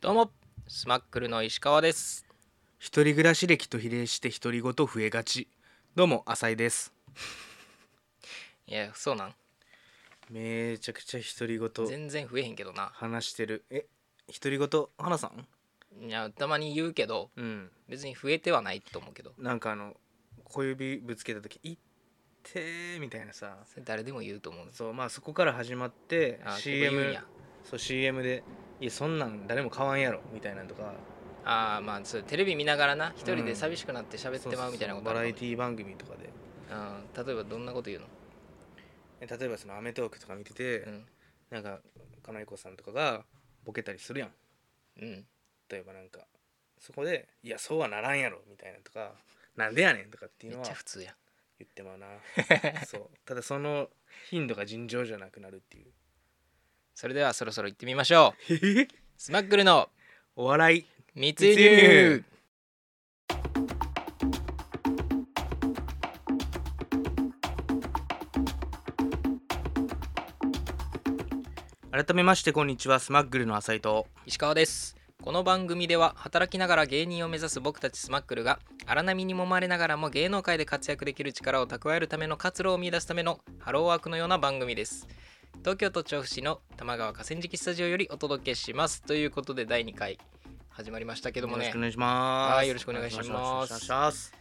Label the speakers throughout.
Speaker 1: どうもスマックルの石川です
Speaker 2: 一人暮らし歴と比例して独り言増えがちどうも浅井です
Speaker 1: いやそうなん
Speaker 2: めちゃくちゃ独り言
Speaker 1: 全然増えへんけどな
Speaker 2: 話してるえ独り言花さん
Speaker 1: いやたまに言うけど
Speaker 2: うん
Speaker 1: 別に増えてはないと思うけど
Speaker 2: なんかあの小指ぶつけた時「いってー」みたいなさ
Speaker 1: それ誰でも言うと思うんです
Speaker 2: そうまあそこから始まって
Speaker 1: あここ言うん
Speaker 2: CM
Speaker 1: や
Speaker 2: そう CM で「いやそんなん誰も買わんやろ」みたいなのとか
Speaker 1: あーまあそうテレビ見ながらな一人
Speaker 2: う
Speaker 1: で
Speaker 2: ん
Speaker 1: 寂しくなって喋ってまうみたいなこと
Speaker 2: バ
Speaker 1: あ
Speaker 2: ラ
Speaker 1: る
Speaker 2: エ
Speaker 1: か
Speaker 2: ティ番組とかで
Speaker 1: もうん例えばどんなこと言うの
Speaker 2: え例えばその『アメトーーク』とか見てて、
Speaker 1: うん
Speaker 2: なんか金井子さんとかがボケたりするやん
Speaker 1: うん
Speaker 2: 例えばなんかそこで「いやそうはならんやろ」みたいなとか「なんでやねん」とかってい
Speaker 1: めっ
Speaker 2: うのは
Speaker 1: ちゃ普通や
Speaker 2: 言って まうなそうただその頻度が尋常じゃなくなるっていう
Speaker 1: それではそろそろ行ってみましょうスマックルの
Speaker 2: お笑い
Speaker 1: 密輸入
Speaker 2: 改めましてこんにちはスマッグルの浅井と
Speaker 1: 石川ですこの番組では働きながら芸人を目指す僕たちスマックルが荒波に揉まれながらも芸能界で活躍できる力を蓄えるための活路を見出すためのハローワークのような番組です東京都調布市の玉川河川敷スタジオよりお届けしますということで第2回始まりましたけども
Speaker 2: よろし
Speaker 1: ね
Speaker 2: くお願いします
Speaker 1: はいよろしくお願いします
Speaker 2: よろしくお願いします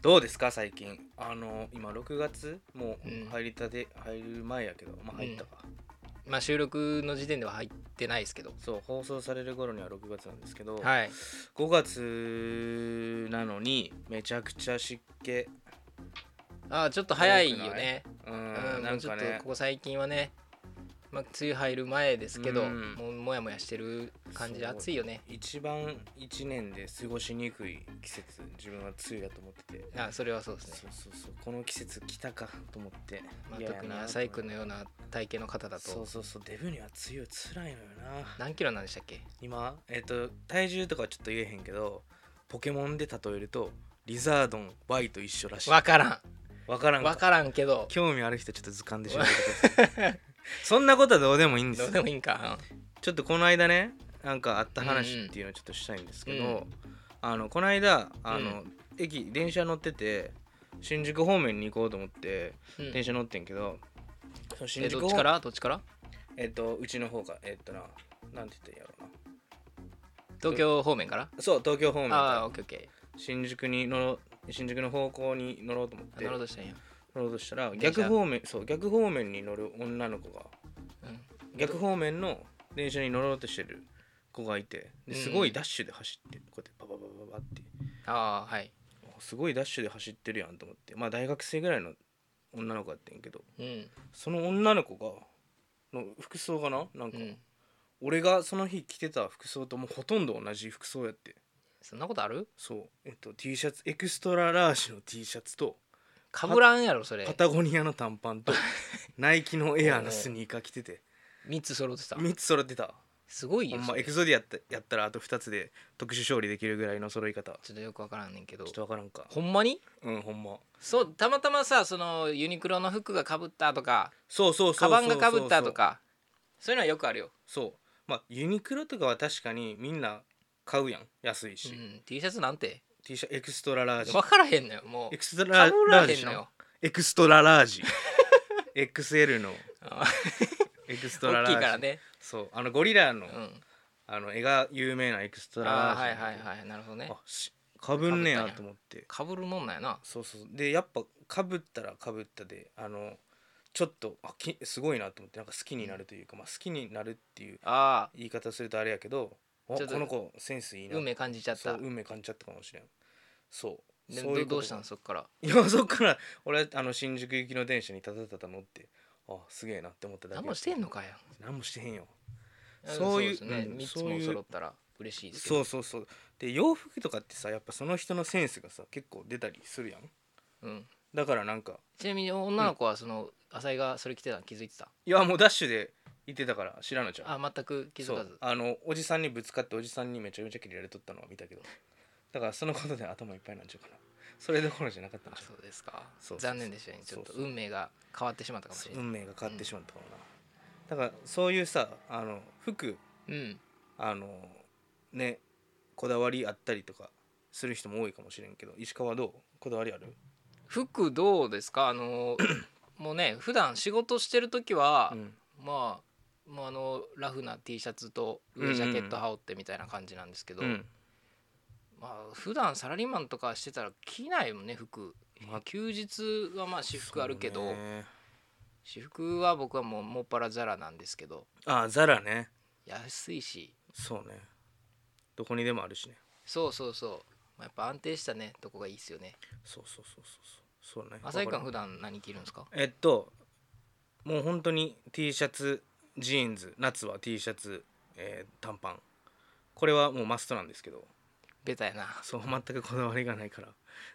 Speaker 2: どうですか最近あの今6月も
Speaker 1: うん
Speaker 2: う入りたて、入る前やけどまあ入ったか、
Speaker 1: まあ収録の時点では入ってないですけど
Speaker 2: そう放送される頃には6月なんですけど、
Speaker 1: はい
Speaker 2: 5月なのにめちゃくちゃ湿気
Speaker 1: あーちょっと早いよ
Speaker 2: 多くない
Speaker 1: ね
Speaker 2: うん
Speaker 1: うん、
Speaker 2: なん
Speaker 1: ちょ
Speaker 2: か
Speaker 1: っと
Speaker 2: ね
Speaker 1: ここ最近はね、まあ、梅雨入る前ですけど、
Speaker 2: うん
Speaker 1: もうもやもやしてる感じで
Speaker 2: そう
Speaker 1: 暑いよね
Speaker 2: 一番1年で過ごしにくい季節自分は梅雨だと思ってて
Speaker 1: あそれはそうですね
Speaker 2: そうそうそうこの季節来たかと思って、
Speaker 1: まあ、
Speaker 2: 嫌やな
Speaker 1: 特に浅井君のような体型の方だ
Speaker 2: そう
Speaker 1: と
Speaker 2: そうそうデブには梅雨つらいのよな
Speaker 1: 何キロなんでしたっけ
Speaker 2: 今えっ、と体重とかはちょっと言えへんけどポケモンで例えるとリザードン Y と一緒らしい
Speaker 1: 分から
Speaker 2: わから
Speaker 1: ん
Speaker 2: ん
Speaker 1: 分からんけど
Speaker 2: 興味ある人はちょっと図鑑で調べてく ださいそんなことはどうでもいいんです
Speaker 1: ど
Speaker 2: よ
Speaker 1: うでもいいんか、
Speaker 2: ちょっとこの間ねなんかあった話っていうのをちょっとしたいんですけど、
Speaker 1: うんうん
Speaker 2: あのこの間あの、駅電車乗ってて新宿方面に行こうと思って
Speaker 1: うんうん
Speaker 2: 電車乗ってんけど、その
Speaker 1: え
Speaker 2: 新
Speaker 1: ど
Speaker 2: 宿
Speaker 1: っち
Speaker 2: 方
Speaker 1: からどっちから
Speaker 2: えっとうちの方がえっとななんて言ったらいいんやろうな
Speaker 1: 東京方面から
Speaker 2: そう東京方面
Speaker 1: ああー
Speaker 2: か
Speaker 1: オッケーオッケ
Speaker 2: ら新宿に乗ろう新宿の方向に乗ろうと思っ
Speaker 1: ーあ
Speaker 2: て
Speaker 1: なるほどしたんや、
Speaker 2: 乗ろうとしたら
Speaker 1: 電車
Speaker 2: 逆方面そう逆方面に乗る女の子が
Speaker 1: うん、
Speaker 2: 逆方面の電車に乗ろうとしてる子がいて
Speaker 1: うん
Speaker 2: ですごいダッシュで走ってこうやってパパパパパって
Speaker 1: ああはい
Speaker 2: すごいダッシュで走ってるやんと思ってまあ大学生ぐらいの女の子やってんけど
Speaker 1: うん
Speaker 2: その女の子がの服装がななんか、
Speaker 1: うん
Speaker 2: 俺がその日着てた服装ともうほとんど同じ服装やって
Speaker 1: そんなことある
Speaker 2: そうえっと T シャツエクストララージの T シャツと
Speaker 1: かぶらんやろそれ
Speaker 2: パタゴニアの短パン とナイキのエアーのスニーカー着てて
Speaker 1: 3つ揃ってた
Speaker 2: 3つ揃ってた
Speaker 1: すごい
Speaker 2: ほ
Speaker 1: よ
Speaker 2: ん
Speaker 1: そ
Speaker 2: ま
Speaker 1: れ
Speaker 2: エクゾディアってやったらあと2つで特殊勝利できるぐらいの揃い方
Speaker 1: ちょっとよく分からんねんけど
Speaker 2: ちょっとわからんか
Speaker 1: ほんまに
Speaker 2: うんほんま
Speaker 1: そうたまたまさそのユニクロの服がかぶったとか
Speaker 2: そうそうそ
Speaker 1: カ
Speaker 2: うそう
Speaker 1: バンがかぶったとかそういうのはよくあるよ、
Speaker 2: そうまあユニクロとかは確かにみんな買うやん安いし、
Speaker 1: うん、T シャツなんて
Speaker 2: T シャツエクストララージ
Speaker 1: 分からへんのよもう
Speaker 2: エクストラ
Speaker 1: か
Speaker 2: ラ
Speaker 1: ぶら
Speaker 2: ー
Speaker 1: へ
Speaker 2: ジ
Speaker 1: んのよ
Speaker 2: のエクストララージ XL の
Speaker 1: あ
Speaker 2: エクストラ
Speaker 1: 大き
Speaker 2: ラー
Speaker 1: い
Speaker 2: ジ
Speaker 1: からね
Speaker 2: そうあのゴリラの,、
Speaker 1: うん
Speaker 2: あの絵が有名なエクストラ
Speaker 1: あ
Speaker 2: ラ
Speaker 1: あはい
Speaker 2: ージ
Speaker 1: はいはいなるほどね
Speaker 2: あしかぶんねえ
Speaker 1: 被ったん
Speaker 2: な
Speaker 1: や
Speaker 2: と思って
Speaker 1: かぶるもんなんやな
Speaker 2: そうそうでやっぱかぶったらかぶったであのちょっとあきすごいなと思ってなんか好きになるというか、まあ、好きになるっていう
Speaker 1: ああ
Speaker 2: 言い方するとあれやけどお
Speaker 1: ちょっ
Speaker 2: ことの子センスいいな
Speaker 1: 運命感じちゃっ
Speaker 2: そ
Speaker 1: た
Speaker 2: う運命感じちゃったかもしれんそう
Speaker 1: で
Speaker 2: そうい
Speaker 1: ど
Speaker 2: こと
Speaker 1: どうしたんそっから
Speaker 2: いやそっから俺はあの新宿行きの電車にたたたた乗ってあすげえなって思っただけ
Speaker 1: 何もしてんのかよ
Speaker 2: 何もしてへんよそういう
Speaker 1: ですね、
Speaker 2: うん
Speaker 1: 3つ
Speaker 2: そうい
Speaker 1: も
Speaker 2: う
Speaker 1: 揃ったら嬉しいですけど
Speaker 2: そうそうそうで洋服とかってさやっぱその人のセンスがさ結構出たりするやん
Speaker 1: うん、
Speaker 2: だからなんか
Speaker 1: ちなみに女の子はその浅井がそれ着てたの気づいてた
Speaker 2: いやもうダッシュで行ってたから知らんのちゃう
Speaker 1: あ全く気づ
Speaker 2: そ
Speaker 1: か
Speaker 2: う
Speaker 1: ず
Speaker 2: あのおじさんにぶつかっておじさんにめちゃめちゃ切れられとったのは見たけどだからそのことで頭いっぱいなんちゃうかなそれどころじゃなかったん
Speaker 1: あ
Speaker 2: ちゃう
Speaker 1: そうですか
Speaker 2: そうそうそう
Speaker 1: 残念でしたねちょっと
Speaker 2: そうそう
Speaker 1: 運命が変わってしまったかもしれない
Speaker 2: 運命が変わってしまったかもな、だからそういうさあの服
Speaker 1: うん
Speaker 2: あのねこだわりあったりとかする人も多いかもしれんけど石川はどうこだわりある
Speaker 1: 服どうですかあ のもうね普段仕事してる時は、
Speaker 2: ん、
Speaker 1: まあもうあのラフな T シャツと上ジャケット羽織ってみたいな感じなんですけど、
Speaker 2: うん
Speaker 1: まあ普段サラリーマンとかしてたら着ないもんね服、
Speaker 2: まあ
Speaker 1: 休日はまあ私服あるけど、
Speaker 2: そうね
Speaker 1: 私服は僕はもうもっぱらザラなんですけど
Speaker 2: ああザラね
Speaker 1: 安いし
Speaker 2: そうねどこにでもあるしね
Speaker 1: そうそうそう、まあ、やっぱ安定したねとこがいいですよね
Speaker 2: そうそうそうそうそうそうね
Speaker 1: 浅井
Speaker 2: わか
Speaker 1: 君
Speaker 2: る
Speaker 1: 普段何着るんですか
Speaker 2: えっともう本当に T シャツジーンズ夏は T シャツ、えー短パンこれはもうマストなんですけど
Speaker 1: ベタやな
Speaker 2: そう全くこだわりがないから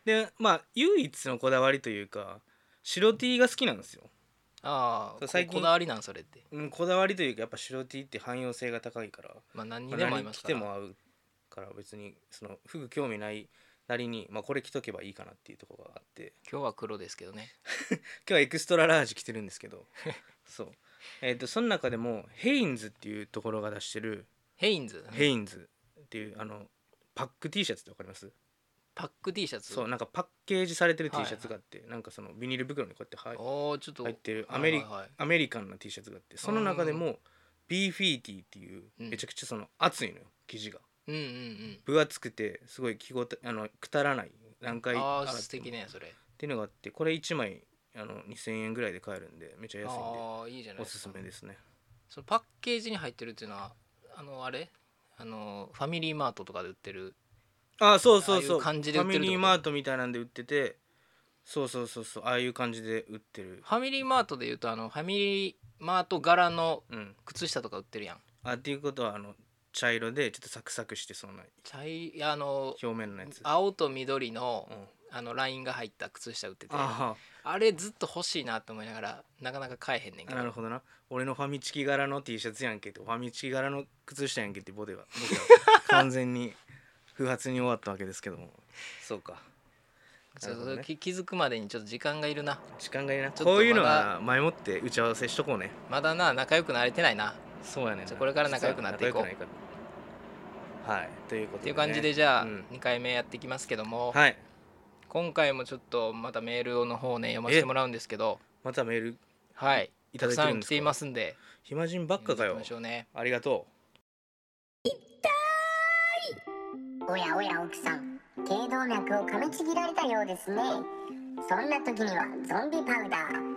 Speaker 2: でまあ唯一のこだわりというか白 T が好きなんですよ、
Speaker 1: ああ
Speaker 2: そう最
Speaker 1: 最
Speaker 2: 近
Speaker 1: こだわりなんそれって、
Speaker 2: うん、こだわりというかやっぱ白 T って汎用性が高いから
Speaker 1: まあ、何
Speaker 2: ま
Speaker 1: にで
Speaker 2: あ
Speaker 1: も合い
Speaker 2: 何
Speaker 1: ます
Speaker 2: 着
Speaker 1: か
Speaker 2: て
Speaker 1: ら、
Speaker 2: も合うから別にその服興味ないなりに、まあ、これ着とけばいいかなっていうところがあって
Speaker 1: 今日は黒ですけどね
Speaker 2: 今日はエクストララージ着てるんですけ どそうえっ、とその中でもヘインズっていうところが出してる
Speaker 1: ヘインズ
Speaker 2: ヘインズっていうあのパック T シャツってわかります
Speaker 1: パック T シャツ
Speaker 2: そうなんかパッケージされてる T シャツがあって、なんかそのビニール袋にこうやって入
Speaker 1: おおちょっと
Speaker 2: 入ってるアメリ,、
Speaker 1: はいはいはい
Speaker 2: アメリカンな T シャツがあってその中でもビーフィーティーっていう
Speaker 1: うん
Speaker 2: めちゃくちゃその厚いのよ生地が
Speaker 1: うんうんうん
Speaker 2: 分厚くてすごい着ごたあのくだらない何回
Speaker 1: あ
Speaker 2: 洗
Speaker 1: あ
Speaker 2: っても
Speaker 1: 素敵ねそれ
Speaker 2: っていうのがあってこれ1枚あの2000円ぐらいで買えるんでめちゃ安いんで
Speaker 1: ああいいじゃない
Speaker 2: お
Speaker 1: ですす
Speaker 2: す
Speaker 1: か
Speaker 2: めですね
Speaker 1: そのパッケージに入ってるっていうのはあのあれあのファミリーマートとかで売ってる
Speaker 2: あそうそうそう
Speaker 1: ああいう感じで売ってるってこと
Speaker 2: ファミリーマートみたいなんで売っててそうそうそうそうああいう感じで売ってる
Speaker 1: ファミリーマートでいうとあのファミリーマート柄の
Speaker 2: うん
Speaker 1: 靴下とか売ってるやん
Speaker 2: あっていうことはあの茶色でちょっとサクサクしてそんな
Speaker 1: 茶いあの
Speaker 2: 表面のやつ
Speaker 1: 青と緑の
Speaker 2: うん、
Speaker 1: あのラインが入った靴下売っててあ
Speaker 2: あ
Speaker 1: れずっと欲しいなと思いながらなかなか買えへんねん
Speaker 2: あ
Speaker 1: け
Speaker 2: なる
Speaker 1: ど
Speaker 2: ほどな俺のファミチキ柄の T シャツやんけってファミチキ柄の靴下やんけってボデは僕は完 全に不発に終わったわけですけどもそうか
Speaker 1: そ
Speaker 2: なる
Speaker 1: う
Speaker 2: ほどね
Speaker 1: 気気づくまでにちょっと時間がいるな
Speaker 2: 時間がいいな
Speaker 1: ちょっと
Speaker 2: こういうの
Speaker 1: ま
Speaker 2: は前もって打ち合わせしとこうね
Speaker 1: まだな仲良くなれてないな
Speaker 2: そうやねんな
Speaker 1: じゃあこれから仲良くなっていこう
Speaker 2: 実は仲良くないからはいということで、ね、
Speaker 1: っていう感じでじゃあ
Speaker 2: うん
Speaker 1: 2回目やっていきますけども、
Speaker 2: はい
Speaker 1: 今回もちょっとまたメールをの方をね読ませてもらうんですけど
Speaker 2: またメール
Speaker 1: はい
Speaker 2: い
Speaker 1: た
Speaker 2: た
Speaker 1: く
Speaker 2: だい
Speaker 1: さ
Speaker 2: てるん
Speaker 1: ん来
Speaker 2: ですか
Speaker 1: ていますんで
Speaker 2: 暇人ばっかか
Speaker 1: 読んでいきましょ
Speaker 2: よ
Speaker 1: うね
Speaker 2: ありがと
Speaker 3: おやおや奥さん頸動脈を噛みちぎられたようですねそんな時にはゾンビパウダー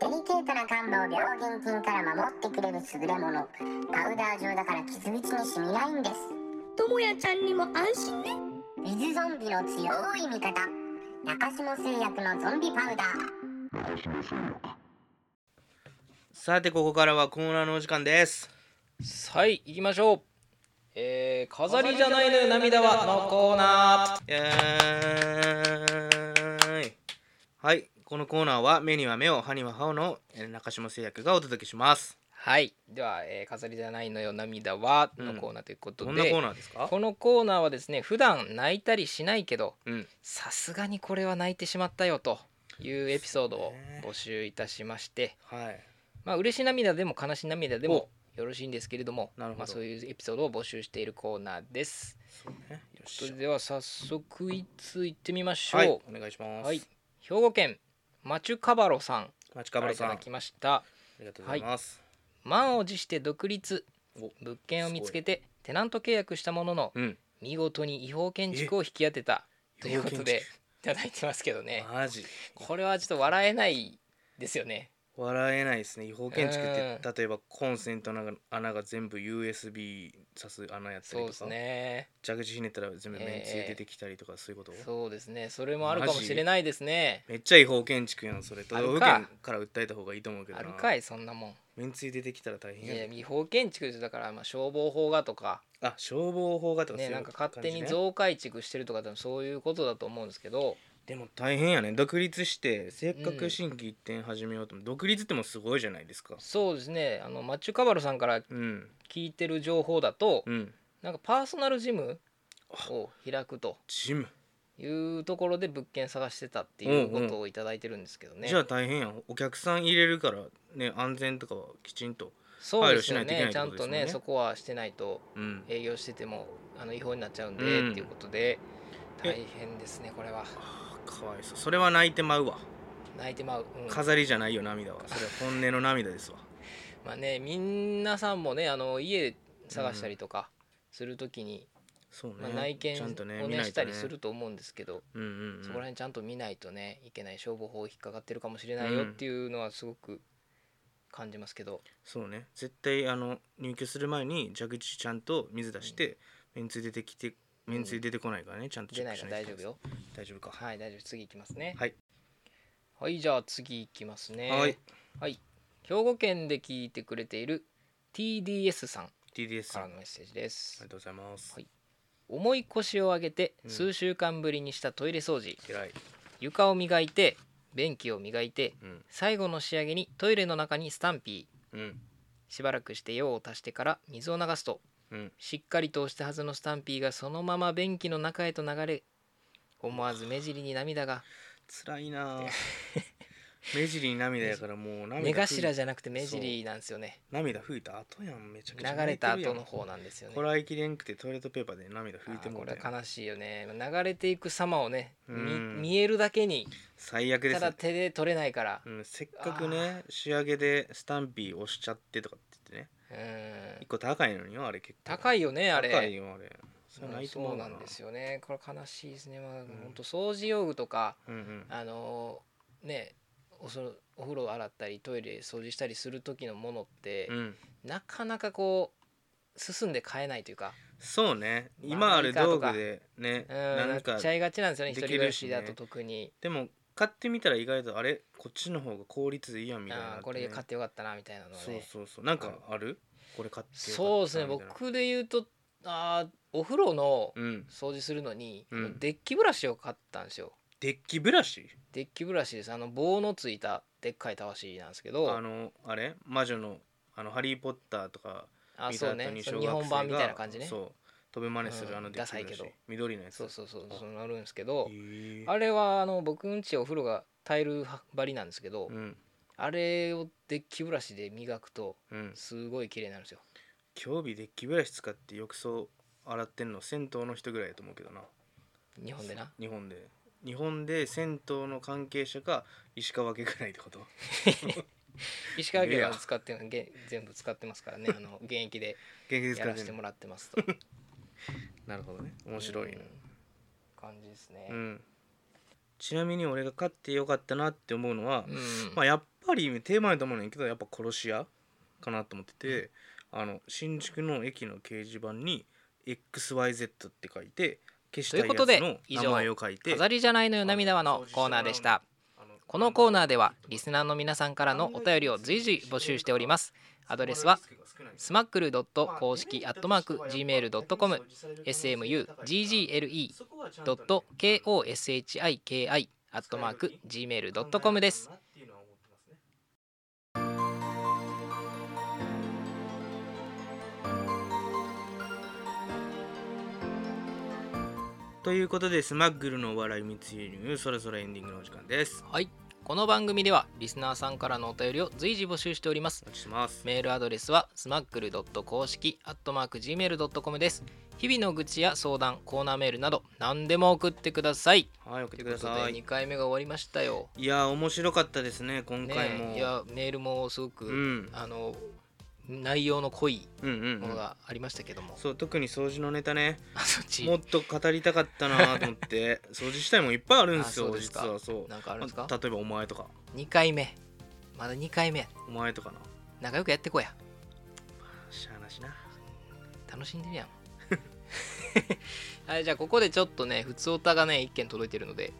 Speaker 3: デリケートな患部を病原菌から守ってくれる優れものパウダー状だから傷口に染みないんです
Speaker 4: ともやちゃんにも安心ね
Speaker 3: ウィズゾンビの強い味方中島製薬のゾンビパウダー
Speaker 2: うさてここからはコーナーのお時間です
Speaker 1: はい行きましょうえー、飾りじゃないのよ涙はのコーナー
Speaker 2: イエーイはいこのコーナーは目には目を歯には歯をのえー中島製薬がお届けします
Speaker 1: はいでは、えー「飾りじゃないのよ涙は」のコーナーということで、
Speaker 2: どんなコーナーですか
Speaker 1: このコーナーはですね普段泣いたりしないけど
Speaker 2: うん
Speaker 1: さすがにこれは泣いてしまったよというエピソードを募集いたしまして、
Speaker 2: はい
Speaker 1: まあ嬉し涙でも悲しい涙でもよろしいんですけれども
Speaker 2: なるほど
Speaker 1: まあ、そういうエピソードを募集しているコーナーです
Speaker 2: そうねよっ
Speaker 1: そ
Speaker 2: し
Speaker 1: れでは早速一通行ってみまし
Speaker 2: ゃ
Speaker 1: ょう、
Speaker 2: はいお願いします
Speaker 1: はい、兵庫県マチュカバロさん
Speaker 2: マチカ
Speaker 1: から
Speaker 2: バラ
Speaker 1: い
Speaker 2: さ
Speaker 1: た
Speaker 2: んあ
Speaker 1: だきました
Speaker 2: りがとうございます、
Speaker 1: 満を持して独立
Speaker 2: お
Speaker 1: 物件を見つけてテナント契約したものの
Speaker 2: うん
Speaker 1: 見事に違法建築を引き当てたということでいただいてますけど
Speaker 2: 違
Speaker 1: ね
Speaker 2: 法建築マジ
Speaker 1: これはちょっと笑えないですよね
Speaker 2: 笑えないですね違法建築って
Speaker 1: う
Speaker 2: 例えばコンセントの穴が穴が全部 USB 挿す穴やった
Speaker 1: そう
Speaker 2: り
Speaker 1: で
Speaker 2: と
Speaker 1: す
Speaker 2: か、
Speaker 1: ね
Speaker 2: 蛇口ひねったら全部めんつゆ出てきたりとかそういうこと、
Speaker 1: そうですねそれもあるかもしれないですね
Speaker 2: めっちゃ違法建築やんそれ都
Speaker 1: ある
Speaker 2: 道
Speaker 1: か
Speaker 2: 府県から訴えた方がいいと思うけど
Speaker 1: あ
Speaker 2: な
Speaker 1: るかいそんなも
Speaker 2: めんつゆ出てきたら大
Speaker 1: んい
Speaker 2: 変
Speaker 1: や
Speaker 2: やん
Speaker 1: 違法建築ですだからまあ消防法がとか
Speaker 2: あ消防法がとか
Speaker 1: ね
Speaker 2: そうい
Speaker 1: な
Speaker 2: うん
Speaker 1: か勝手に
Speaker 2: 感じね
Speaker 1: 増改築してるとか多分そういうことだと思うんですけど
Speaker 2: でも大変やね独立してせっかく新規一点始めようと思う、独立ってもうすごいじゃないですか
Speaker 1: そうですねあのマッチュカバルさんから
Speaker 2: うん
Speaker 1: 聞いてる情報だと
Speaker 2: うん
Speaker 1: なんかパーソナルジムを開くと
Speaker 2: ジム、
Speaker 1: いうところで物件探してたっていうことをいただいてるんですけどね。
Speaker 2: じゃあ大変やんお客さん入れるからね安全とかはきちんと
Speaker 1: そうですよ
Speaker 2: 配慮しないといけな
Speaker 1: ね
Speaker 2: いっ
Speaker 1: ち
Speaker 2: て
Speaker 1: ゃ
Speaker 2: こ
Speaker 1: ん
Speaker 2: とです
Speaker 1: と
Speaker 2: もんね
Speaker 1: ねそこはしてないと
Speaker 2: うん、
Speaker 1: 営業しててもあの違法になっちゃうんで、
Speaker 2: うん
Speaker 1: っていうことで
Speaker 2: え
Speaker 1: 大変ですねこれは
Speaker 2: あーかわいそうそれは泣いてまうわ
Speaker 1: 泣いてまう、うん
Speaker 2: 飾りじゃないよ涙はそれは本音の涙ですわ
Speaker 1: まあねみんなさんもねあの家探したりとかするときに、
Speaker 2: そうね、
Speaker 1: まあ、内見
Speaker 2: ちゃんとね
Speaker 1: を
Speaker 2: 見
Speaker 1: ね
Speaker 2: ないとね
Speaker 1: したりすると思うんですけど、
Speaker 2: うんうんうん、
Speaker 1: そこら辺ちゃんと見ないとねいけない消防法引っかかってるかもしれないよっていうのはすごく感じますけど、
Speaker 2: そうね絶対あの入居する前に蛇口ちゃんと水出して、めんつゆ出てきてめんつゆ出てこないからねちゃんとチ
Speaker 1: 出
Speaker 2: ェッ
Speaker 1: な
Speaker 2: ク
Speaker 1: い
Speaker 2: し
Speaker 1: から
Speaker 2: ない
Speaker 1: 大
Speaker 2: と
Speaker 1: 丈夫よ
Speaker 2: 大丈夫か
Speaker 1: はい大丈夫次行きますね
Speaker 2: はい
Speaker 1: はいじゃあ次行きますね
Speaker 2: はい、
Speaker 1: はい兵庫県で聞いてくれている TDS さん
Speaker 2: TDS
Speaker 1: か
Speaker 2: さん
Speaker 1: ら
Speaker 2: あ
Speaker 1: の
Speaker 2: り
Speaker 1: メッセージです
Speaker 2: がとうございます、
Speaker 1: はい重い腰を上げて
Speaker 2: うん
Speaker 1: 数週間ぶりにしたトイレ掃除、
Speaker 2: 嫌い、
Speaker 1: 床を磨いて便器を磨いて
Speaker 2: うん
Speaker 1: 最後の仕上げにトイレの中にスタンピー
Speaker 2: うん
Speaker 1: しばらくして用を足してから水を流すと
Speaker 2: うん、
Speaker 1: しっかりと押したはずのスタンピーがそのまま便器の中へと流れ思わず目尻に涙が
Speaker 2: 辛いなあ目尻に涙やからもう涙
Speaker 1: 目
Speaker 2: 拭い
Speaker 1: 頭じゃなくて目尻なんですよね
Speaker 2: 涙拭いた後やんめちゃく
Speaker 1: 流
Speaker 2: ちゃ
Speaker 1: れた後の
Speaker 2: ね
Speaker 1: 方なんですよね
Speaker 2: こらえきれんくてトイレットペーパーで涙
Speaker 1: あ
Speaker 2: 拭いて
Speaker 1: ー
Speaker 2: も
Speaker 1: こ
Speaker 2: う
Speaker 1: れ
Speaker 2: た
Speaker 1: は
Speaker 2: よ
Speaker 1: 悲しいよね流れていく様をねみ
Speaker 2: うん
Speaker 1: 見えるだけに
Speaker 2: 最悪で
Speaker 1: た
Speaker 2: す
Speaker 1: だ
Speaker 2: ね
Speaker 1: 手で取れないから
Speaker 2: うん、せっかくね仕上げでスタンピー押しちゃってとかって言ってね
Speaker 1: うん
Speaker 2: 一個高いのによあれ結構
Speaker 1: 高いよねあれ
Speaker 2: 高いよあれそれ
Speaker 1: う
Speaker 2: なんいと
Speaker 1: そ
Speaker 2: 思
Speaker 1: う
Speaker 2: う
Speaker 1: なんですよねこれ悲しいですねまあ本
Speaker 2: ん
Speaker 1: 当掃除用具とか
Speaker 2: うんうん
Speaker 1: あのーねおそお風呂洗ったりトイレ掃除したりする時のものって
Speaker 2: うん
Speaker 1: なかなかこう進んで買えないというか
Speaker 2: そうね
Speaker 1: まあ
Speaker 2: 今ある道
Speaker 1: 何か
Speaker 2: 具でね
Speaker 1: うん
Speaker 2: なん
Speaker 1: な
Speaker 2: か
Speaker 1: っちゃいがちなんですよね一
Speaker 2: でき
Speaker 1: 人
Speaker 2: るしね
Speaker 1: 暮らしだと特に
Speaker 2: でも買ってみたら意外とあれこっちの方が効率でいいやんみたいなの
Speaker 1: あ
Speaker 2: あ
Speaker 1: ー
Speaker 2: て
Speaker 1: これ
Speaker 2: ね
Speaker 1: 買ってよかったなみたいなのは
Speaker 2: そう
Speaker 1: ね
Speaker 2: そうそうなんかあるこれ買ってよかった
Speaker 1: そうですね
Speaker 2: みたいな
Speaker 1: 僕で言うとあーお風呂の
Speaker 2: うん
Speaker 1: 掃除するのに
Speaker 2: うん
Speaker 1: デッキブラシを買ったんですよ
Speaker 2: デッキブラシ
Speaker 1: デッキブラシですあの棒のついたでっかいたわしなんですけど
Speaker 2: あのあれ魔女のあのハリー・ポッターとか
Speaker 1: あ
Speaker 2: 見
Speaker 1: そ
Speaker 2: た
Speaker 1: う
Speaker 2: 後
Speaker 1: ね
Speaker 2: に
Speaker 1: そ
Speaker 2: 小
Speaker 1: の日
Speaker 2: 学生が
Speaker 1: 本版みたいな感じねそう
Speaker 2: そう飛び真似す
Speaker 1: うん
Speaker 2: るあのデッキブラシ
Speaker 1: ダサいけど
Speaker 2: 緑のやつ
Speaker 1: そうそうそう
Speaker 2: あ
Speaker 1: なるんですけど
Speaker 2: へー
Speaker 1: あれはあの僕んちお風呂がタイル張りなんですけど
Speaker 2: うん
Speaker 1: あれをデッキブラシで磨くと
Speaker 2: うん
Speaker 1: すごい綺麗になるんですよ
Speaker 2: 今日日デッキブラシ使って浴槽洗ってんの銭湯の人ぐらいだと思うけどな
Speaker 1: 日本でな
Speaker 2: 日本で日本で銭湯の関係者か石川家ぐらいって こと
Speaker 1: 石川県
Speaker 2: い
Speaker 1: は
Speaker 2: や
Speaker 1: 使ってげ全部使ってますからねあの現役で
Speaker 2: 元気です
Speaker 1: や
Speaker 2: から
Speaker 1: らせて
Speaker 2: ね
Speaker 1: もらってますと
Speaker 2: なるほどね面白いね
Speaker 1: うん感じですね
Speaker 2: うん、ちなみに俺が買ってよかったなって思うのは、
Speaker 1: うん
Speaker 2: まあやっぱりテーマやと思うねんけどやっぱ殺し屋かなと思ってて、あの新宿の駅の掲示板に XYZ って書いて消したい
Speaker 1: という
Speaker 2: やつの
Speaker 1: ことで
Speaker 2: 名前を書いて
Speaker 1: 飾りじゃないのよ涙はのコーナーでしたこのコーナーではリスナーの皆さんからのお便りを随時募集しておりますアドレスはスマックル公式アットマーク Gmail.com smugggle.koshiki アットマーク Gmail.com です
Speaker 2: ということでスマッグルのお笑い密輸入そろそろエンディングのお時間です
Speaker 1: はいこの番組ではリスナーさんからのお便りを随時募集しております
Speaker 2: お待ちしてます
Speaker 1: メールアドレスはスマックル公式アットマーク Gmail.com です日々の愚痴や相談コーナーメールなど何でも送ってください
Speaker 2: はい
Speaker 1: と
Speaker 2: 送っ
Speaker 1: い
Speaker 2: て
Speaker 1: う
Speaker 2: く
Speaker 1: こ
Speaker 2: だ
Speaker 1: と
Speaker 2: さ
Speaker 1: で
Speaker 2: い
Speaker 1: 2回目が終わりましたよ
Speaker 2: いやー面白かったですね今回も、
Speaker 1: ねいやメールもすごく、
Speaker 2: うん
Speaker 1: あの内容の濃い
Speaker 2: うんうんうん
Speaker 1: ものがありましたけども、
Speaker 2: そう特に掃除のネタね
Speaker 1: あそっち
Speaker 2: もっと語りたかったなと思って掃除したいもんいっぱいあるんです
Speaker 1: あそ
Speaker 2: よ
Speaker 1: うです
Speaker 2: 実
Speaker 1: か
Speaker 2: はそう
Speaker 1: なんかあるんですか
Speaker 2: ま例えばお前とか
Speaker 1: 2回目まだ2回目
Speaker 2: お前とかな
Speaker 1: 仲良くやってこうや
Speaker 2: しゃあなしな
Speaker 1: 楽しん でるやんはいじゃあここでちょっとね普通おたがね1件届いてるので、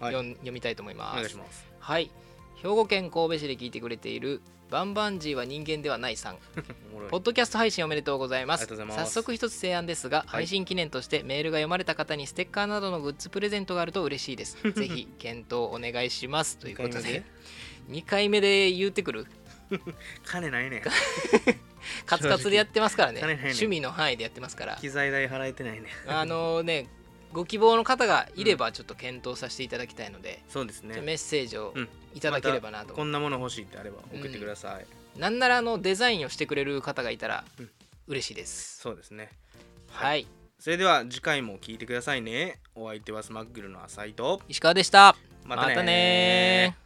Speaker 2: はい
Speaker 1: 読ん読みたいと思い
Speaker 2: お
Speaker 1: ます
Speaker 2: 願いします
Speaker 1: はい兵庫県神戸市で聞いてくれているバンバンジーは人間ではないさん
Speaker 2: おもろい
Speaker 1: ポッドキャスト配信おめでとうございます
Speaker 2: ありがとうございます
Speaker 1: 早速一つ提案ですが、配信記念としてメールが読まれた方にステッカーなどのグッズプレゼントがあると嬉しいです ぜひ検討お願いしますということ
Speaker 2: 二回目
Speaker 1: で2回目で
Speaker 2: で
Speaker 1: 言ってくる
Speaker 2: 金ないねん
Speaker 1: カツカツでやってます からね
Speaker 2: 金ないね
Speaker 1: 趣味の範囲でやってますから
Speaker 2: 機材代払えてないねん
Speaker 1: あのねご希望の方がいればちょっと検討させていただきたいので、
Speaker 2: そうです
Speaker 1: じゃあ
Speaker 2: ね
Speaker 1: メッセージを
Speaker 2: うん
Speaker 1: いただければなと
Speaker 2: こんなもの欲しいってあれば送ってください、
Speaker 1: なんならあのデザインをしてくれる方がいたら
Speaker 2: うん
Speaker 1: 嬉しいです、
Speaker 2: そうですね
Speaker 1: はい、
Speaker 2: それでは次回も聞いてくださいねお相手はスマッグルの浅井と
Speaker 1: 石川でした
Speaker 2: またねー
Speaker 1: ねー